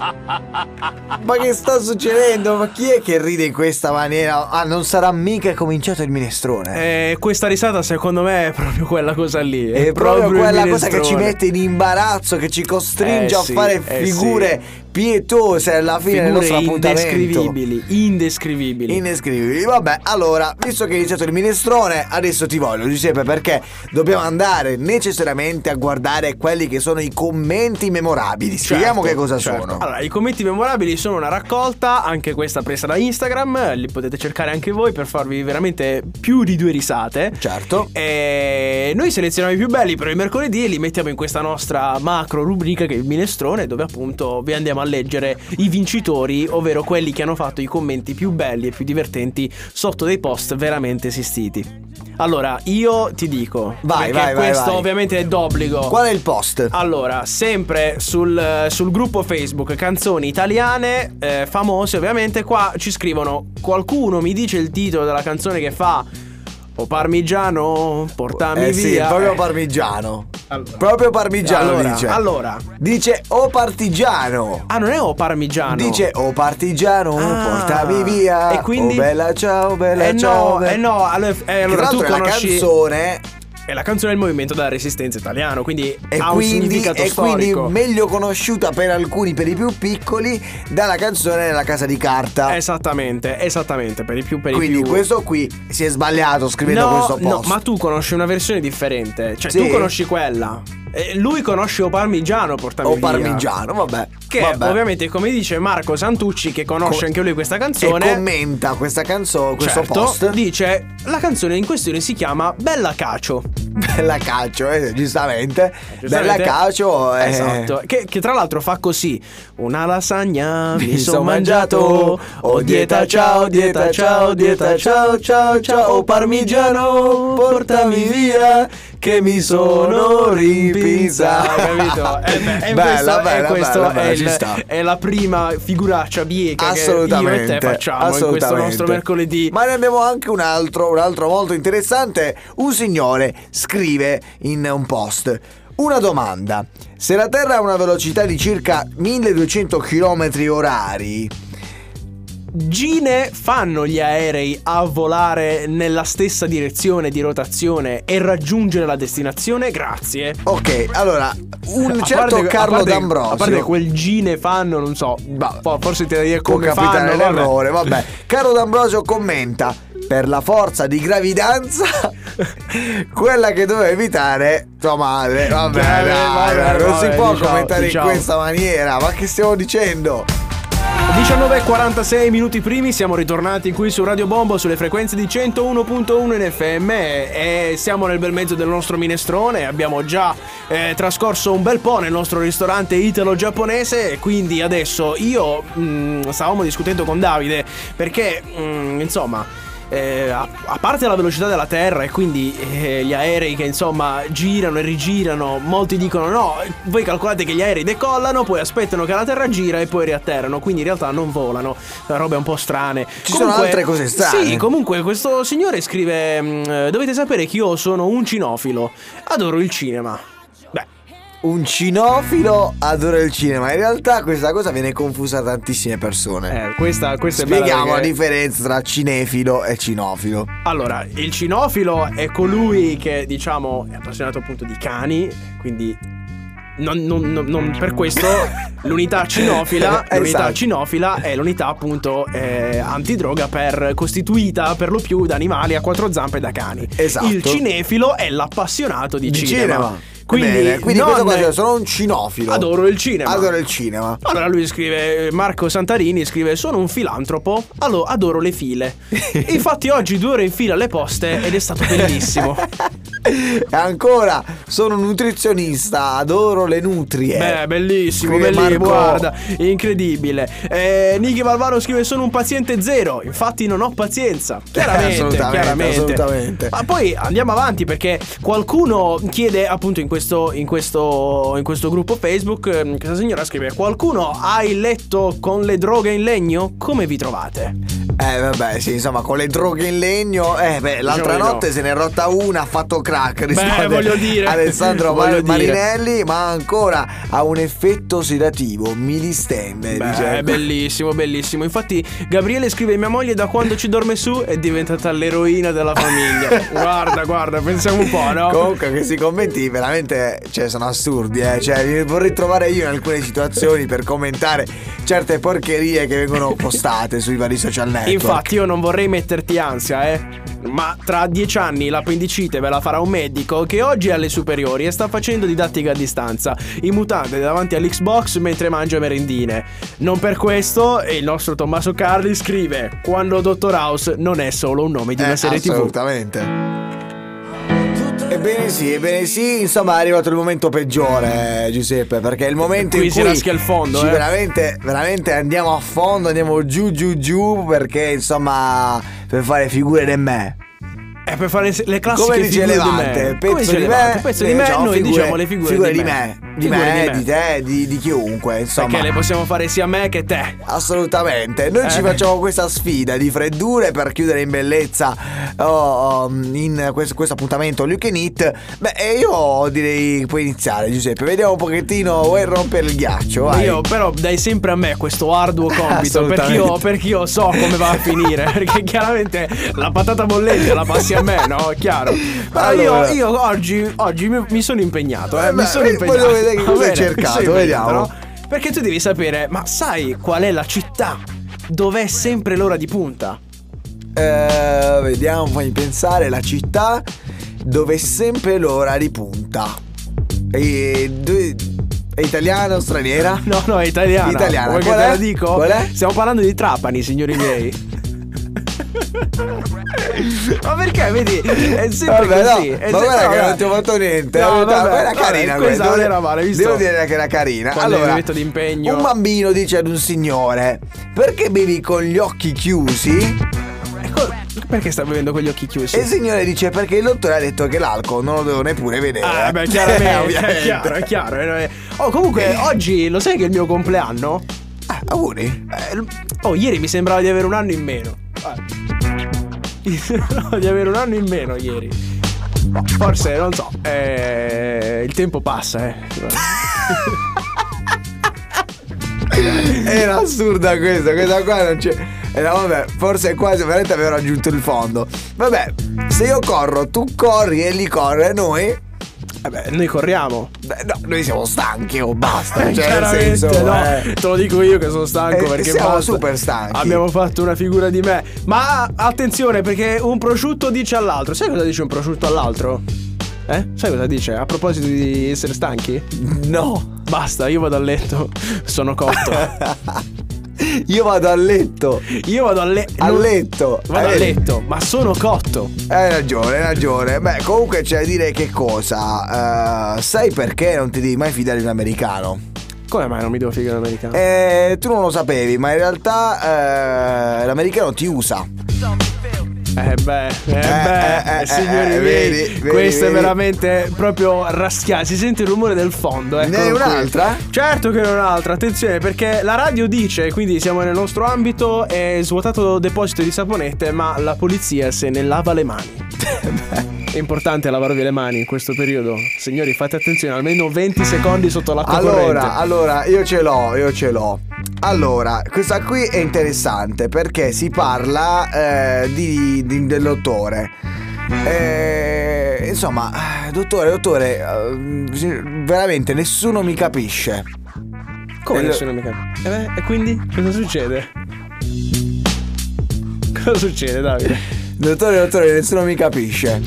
Ma che sta succedendo? Ma chi è che ride in questa maniera? Ah, non sarà mica cominciato il minestrone. Eh, questa risata secondo me è proprio quella cosa lì. È, proprio, il quella cosa che ci minestrone. mette in imbarazzo, che ci costringe Eh a sì, figure fare eh figure pietose alla fine del Figure nostro appuntamento. indescrivibili, indescrivibili. Inescrivibili. Vabbè, allora, visto che è iniziato il minestrone, adesso ti voglio, Giuseppe, perché dobbiamo andare necessariamente a guardare quelli che sono i commenti memorabili. Spieghiamo Certo, che cosa certo. sono. Allora, i commenti memorabili sono una raccolta, anche questa presa da Instagram, li potete cercare anche voi per farvi veramente più di due risate. Certo. E noi selezioniamo i più belli per il mercoledì e li mettiamo in questa nostra macro rubrica che è il minestrone, dove appunto vi andiamo a leggere i vincitori, ovvero quelli che hanno fatto i commenti più belli e più divertenti sotto dei post veramente esistiti. Allora, io ti dico, Vai, perché vai, vai, questo vai. ovviamente è d'obbligo. Qual è il post? Allora, sempre sul, sul gruppo Facebook Canzoni Italiane, eh, famose ovviamente, qua ci scrivono qualcuno mi dice il titolo della canzone che fa O parmigiano, portami eh sì, via. proprio Eh, parmigiano. Allora. Proprio parmigiano allora, dice. allora. Dice o partigiano. Ah, non è O parmigiano. Dice o partigiano, Ah. portami via. E quindi- Oh bella ciao, bella Eh ciao. no, be- eh no, allora, eh, Che allora tra tu l'altro è la conosci canzone è la canzone del movimento della resistenza italiano, quindi e ha un quindi, significato e quindi storico. meglio conosciuta per alcuni, per i più piccoli, dalla canzone La casa di carta. Esattamente, esattamente, per i più Eh per i quindi più. questo qui si è sbagliato scrivendo questo post. No, ma tu conosci una versione differente. Cioè, Sì. tu conosci quella. E lui conosce O Parmigiano, portami o via. parmigiano, vabbè. Che vabbè. ovviamente, come dice Marco Santucci, che conosce Co- anche lui questa E canzone. commenta questa canzone, questo certo, post. dice la canzone in questione si chiama Bella Cacio. Bella calcio, eh, giustamente. Bella Giustamente? calcio. eh. Esatto. Che, che tra l'altro fa così: una lasagna mi, Mi son son mangiato. Oh dieta ciao, dieta ciao, dieta ciao, ciao, ciao. Oh parmigiano, portami via. Che mi sono Ho ripizzato. capito? Eh beh, e Bella, questo, e bella, questo bella, bella, è, ci il- sta. è la prima figuraccia bieca che io e Assolutamente, te facciamo in questo assolutamente. nostro mercoledì. Ma ne abbiamo anche un altro, un altro molto interessante. Un signore scrive in un post. Una domanda. Se la Terra ha una velocità di circa 1200 km orari, Gine fanno gli aerei a volare nella stessa direzione di rotazione e raggiungere la destinazione? Grazie. Ok, allora, un A certo parte- a Carlo parte- D'Ambrosio. A parte quel gine fanno, non so. Bah, po- forse ti da dire può come capitare fanno. vabbè. l'errore, vabbè. Carlo D'Ambrosio commenta: per la forza di gravidanza, quella che doveva evitare tua madre. Vabbè, Vabbè, dai, vabbè, dai, non si vabbè, può diciamo, commentare diciamo. in questa maniera. Ma che stiamo dicendo? 19.46 minuti primi, siamo ritornati qui su Radio Bombo sulle frequenze di 101.1 in FM e siamo nel bel mezzo del nostro minestrone, abbiamo già eh, trascorso un bel po' nel nostro ristorante italo-giapponese e quindi adesso io mh, stavamo discutendo con Davide perché mh, insomma... eh, a, a parte la velocità della Terra e quindi eh, gli aerei che insomma girano e rigirano, molti dicono no, voi calcolate che gli aerei decollano, poi aspettano che la Terra gira e poi riatterrano, quindi in realtà non volano, eh, robe un po' strane. Ci sono altre cose strane. Sì, comunque questo signore scrive, mm, eh, dovete sapere che io sono un cinofilo, adoro il cinema. Beh, Un cinofilo adora il cinema. In realtà questa cosa viene confusa da tantissime persone. eh, questa, questa è bella Spieghiamo la perché- differenza tra cinefilo e cinofilo. Allora, il cinofilo è colui che, diciamo, è appassionato appunto di cani, quindi non, non- non- non- per questo l'unità cinofila, Esatto. l'unità cinofila è l'unità appunto eh, antidroga per- costituita per lo più da animali a quattro zampe e da cani. Esatto. Il cinefilo è l'appassionato di, Di cinema. Quindi, Quindi, Bene, quindi questo non- qua cioè, sono un cinofilo. Adoro il cinema. Adoro il cinema. Allora lui scrive, Marco Santarini scrive, sono un filantropo, allora adoro le file. Infatti oggi due ore in fila alle poste ed è stato bellissimo. E ancora, sono un nutrizionista, adoro le nutrie. Beh, bellissimo, Scrive bellissimo, Eh, Marco. guarda, incredibile. Eh, Niki Valvano scrive: Sono un paziente zero, infatti non ho pazienza. Chiaramente, assolutamente, chiaramente. assolutamente. Ma poi andiamo avanti perché qualcuno chiede, appunto, in questo, in questo, in questo gruppo Facebook, ehm, questa signora scrive: Qualcuno ha il letto con le droghe in legno? Come vi trovate? Eh vabbè, sì, insomma, con le droghe in legno, eh beh, l'altra Diciamo di notte se ne è rotta una, ha fatto crack risponde voglio dire. Alessandro Voglio Mar- dire. Marinelli, ma ancora ha un effetto sedativo, mi distende, Beh, Eh, dice. ecco. è bellissimo, bellissimo. Infatti, Gabriele scrive: Mia moglie, da quando ci dorme su, è diventata l'eroina della famiglia. guarda, guarda, pensiamo un po', no? Comunque questi commenti veramente cioè, sono assurdi, eh. Cioè, li vorrei trovare io in alcune situazioni per commentare certe porcherie che vengono postate sui vari social network. Infatti, io non vorrei metterti ansia, eh. Ma tra dieci anni l'appendicite ve la farà un medico che oggi è alle superiori e sta facendo didattica a distanza, in mutande davanti all'Xbox mentre mangia merendine. Non per questo, e il nostro Tommaso Carli scrive: Quando Dottor House non è solo un nome di una Eh, serie TV. Assolutamente. Ebbene sì, ebbene sì, insomma è arrivato il momento peggiore eh, Giuseppe, perché è il momento Qui in si cui raschia il fondo, ci eh. veramente, veramente andiamo a fondo, andiamo giù giù giù perché insomma per fare figure di me. È Eh, per fare le classiche Come dice Ah, figure Levante, di me. pezzo Come dice di Levante, me, pezzo di eh, me, diciamo noi figure- diciamo le figure, figure di, di me. di Figure me, di te, di, di chiunque, insomma. Perché le possiamo fare sia me che te. Assolutamente, noi Eh. ci facciamo questa sfida di freddure per chiudere in bellezza oh, um, in questo, questo appuntamento All You Can Eat. Beh, e io direi puoi iniziare Giuseppe, vediamo un pochettino, vuoi rompere il ghiaccio? Vai. Io però dai sempre a me questo arduo compito Assolutamente. perché io, perché io so come va a finire perché chiaramente la patata bollente la passi a me no? È chiaro però Allora. io, io oggi, oggi mi, mi sono impegnato eh, Eh mi beh, sono eh, impegnato voglio vedere che Va cosa hai bene, mi cercato, sono impegnato, vediamo. no? perché tu devi sapere ma sai qual è la città dove è sempre l'ora di punta? Eh, vediamo, fammi pensare, la città dove è sempre l'ora di punta. E, dove- è italiana o straniera? No, no, è italiana. Italiana. Vuoi Qual che è? te lo dico? Qual è? Stiamo parlando di Trapani, signori miei. Ma perché, vedi, è sempre Vabbè, no, così. è ma sempre- guarda che vabbè. non ti ho fatto niente. No, era vabbè, era vabbè, carina questa devo non dire- era male, hai visto? Devo dire che era carina. Quando allora, mi metto d'impegno. un bambino dice ad un signore: Perché bevi con gli occhi chiusi? Ecco, Perché sta bevendo con gli occhi chiusi? E il signore dice: Perché il dottore ha detto che l'alcol non lo devo neppure vedere. Ah, beh, Eh, chiaramente, ovviamente. è chiaro, è chiaro. eh, eh. Oh, comunque, oggi lo sai che è il mio compleanno? Ah, auguri. Eh, l- Oh, ieri mi sembrava di avere un anno in meno. Guarda. Mi sembrava di avere un anno in meno ieri. Boh, Forse, non so, eh, il tempo passa, eh. Era assurda questa, questa qua non c'è. Era vabbè, forse quasi veramente avevo raggiunto il fondo. Vabbè, se io corro, tu corri e li corre noi. Vabbè, Eh noi corriamo. Beh, no, noi siamo stanchi o basta. Cioè, nel Eh, Chiaramente, senso, no, eh. te lo dico io che sono stanco Eh, perché siamo basta. super stanchi. Abbiamo fatto una figura di me. Ma attenzione perché un prosciutto dice all'altro, sai cosa dice un prosciutto all'altro? Eh? Sai cosa dice? A proposito di essere stanchi? No, Basta, io vado a letto, sono cotto. io vado a letto. Io vado a, le- A non- letto. Vado Eh, a letto, ma sono cotto. Hai ragione, hai ragione. Beh, comunque c'è da dire che cosa. eh, sai perché non ti devi mai fidare di un americano? Come mai non mi devo figare americano? Eh, tu non lo sapevi, ma in realtà eh, l'americano ti usa. Eh beh, eh eh, beh, eh, signori eh, miei, vedi, vedi, questo vedi. è veramente proprio raschiato. Si sente il rumore del fondo. Ne eccolo hai qui. un'altra? Certo che ne ho un'altra, attenzione, perché la radio dice, quindi siamo nel nostro ambito, è svuotato deposito di saponette, ma la polizia se ne lava le mani. È importante lavarvi le mani in questo periodo. Signori, fate attenzione, almeno 20 secondi sotto l'acqua corrente. Allora, allora, io ce l'ho, io ce l'ho. Allora, questa qui è interessante perché si parla eh, di, di- del dottore. Eh, insomma, dottore, dottore, eh, veramente nessuno mi capisce. Come Eh, nessuno mi capisce? Eh beh, e quindi cosa succede? Cosa succede, Davide? Dottore, dottore, nessuno mi capisce.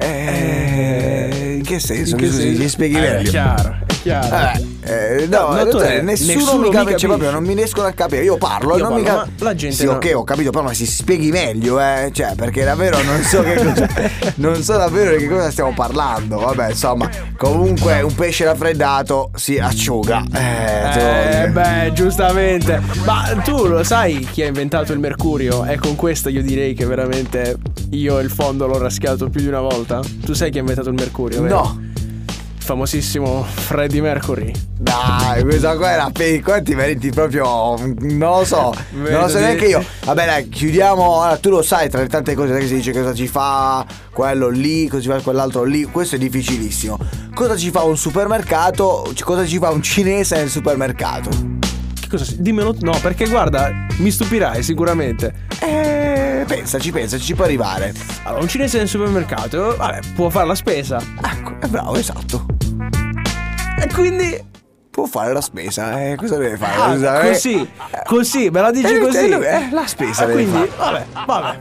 Eh, in che senso? In che Mi scusi, senso? mi spieghi Eh, meglio. È chiaro, è chiaro. Eh, eh, no, No, dottore, dottore, nessuno, nessuno mi mi capisce, capisce. proprio, non mi riescono a capire. Io parlo, e Io non mi parlo, cap- ma la gente Sì, no. ok, ho capito, però ma si spieghi meglio, eh. Cioè, perché davvero non so che cosa. non so davvero di che cosa stiamo parlando. Vabbè, insomma, comunque un pesce raffreddato si asciuga. Eh, te lo voglio Eh, dire. beh, giustamente. Ma tu lo sai chi ha inventato il mercurio? E con questo io direi che veramente io il fondo l'ho raschiato più di una volta. Tu sai chi ha inventato il mercurio? vero? No. famosissimo Freddie Mercury. Dai, questa qua era piccola, ti meriti proprio. Non lo so, non lo Vedo so di- neanche io. Vabbè, dai, chiudiamo. Allora, tu lo sai, tra le tante cose, non è che si dice cosa ci fa quello lì, cosa ci fa quell'altro lì. Questo è difficilissimo. Cosa ci fa un supermercato? c- Cosa ci fa un cinese nel supermercato? Che cosa si- Dimmelo. No, perché guarda, mi stupirai sicuramente. Eh, pensaci, pensaci, ci può arrivare. Allora, un cinese nel supermercato, vabbè, può fare la spesa. Ecco, è bravo, esatto. E Eh, quindi. Può fare la spesa, eh, cosa deve fare? ah, Scusa, eh. così, così, me la dici Eh, così. eh, eh, la spesa Ah, deve Quindi, vabbè, vabbè.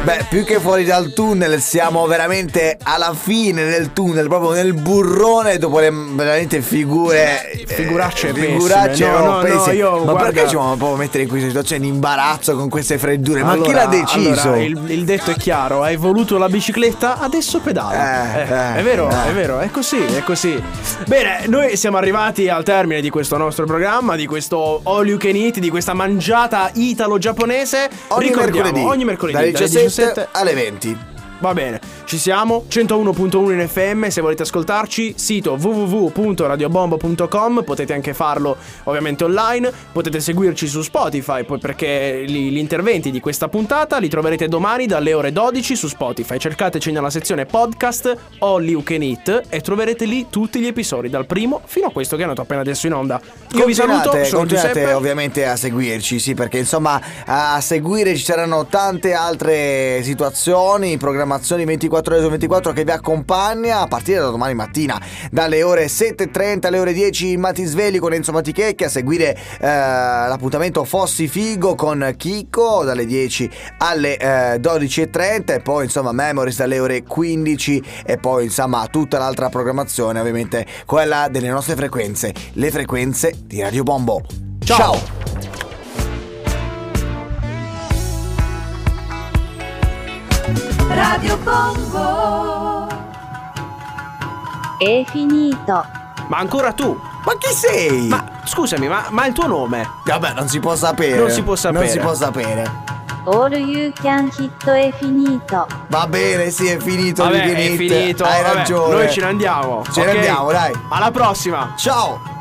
Beh, più che fuori dal tunnel, siamo veramente alla fine del tunnel, proprio nel burrone, dopo le mm, veramente figure. eh, Figuracce figuracce pessime. No, no, no, pessime. io, Ma guarda- perché ci vogliamo proprio mettere in questa situazione in imbarazzo con queste freddure? Eh, Ma chi Allora- l'ha deciso? allora, il, il detto è chiaro: hai voluto la bicicletta, adesso pedala. Eh, eh, è vero, eh. è vero, è così, è così. Bene, noi siamo arrivati al termine di questo nostro programma, di questo all you can eat, di questa mangiata italo-giapponese. Ogni Ricordiamo, mercoledì, ogni mercoledì dalle 17, 17 alle 20. Va bene, ci siamo. 101.1 in FM, se volete ascoltarci, sito www.radiobombo.com, potete anche farlo ovviamente online, potete seguirci su Spotify, poi perché li- gli interventi di questa puntata li troverete domani dalle ore 12 su Spotify. Cercateci nella sezione podcast All You Can Eat e troverete lì tutti gli episodi, dal primo fino a questo che è andato appena adesso in onda. Io vi saluto, Continuate- sono continuate Giuseppe. ovviamente a seguirci, sì, perché insomma a seguire ci saranno tante altre situazioni, programmazioni 24 ore su 24 che vi accompagna a partire da domani mattina, dalle ore 7.30 alle ore 10 in Matisveli con Enzo Matichecchi, a seguire eh, l'appuntamento Fossi Figo con Chico dalle 10 alle eh, 12.30 e poi insomma Memories dalle ore 15 e poi insomma tutta l'altra programmazione ovviamente quella delle nostre frequenze, le frequenze di Radio Bombo. Ciao. Ciao. Radio Bongo È finito. Ma ancora tu? Ma chi sei? Ma scusami, ma, ma il tuo nome? Vabbè, non si può sapere. Non si può sapere. Non si può sapere. All You Can Hit è finito. Va bene, sì, è finito. Vabbè, Liquid è Hit. finito. Hai Vabbè, ragione. Noi ce ne andiamo. Ce ne ok? andiamo, dai. Alla prossima. Ciao.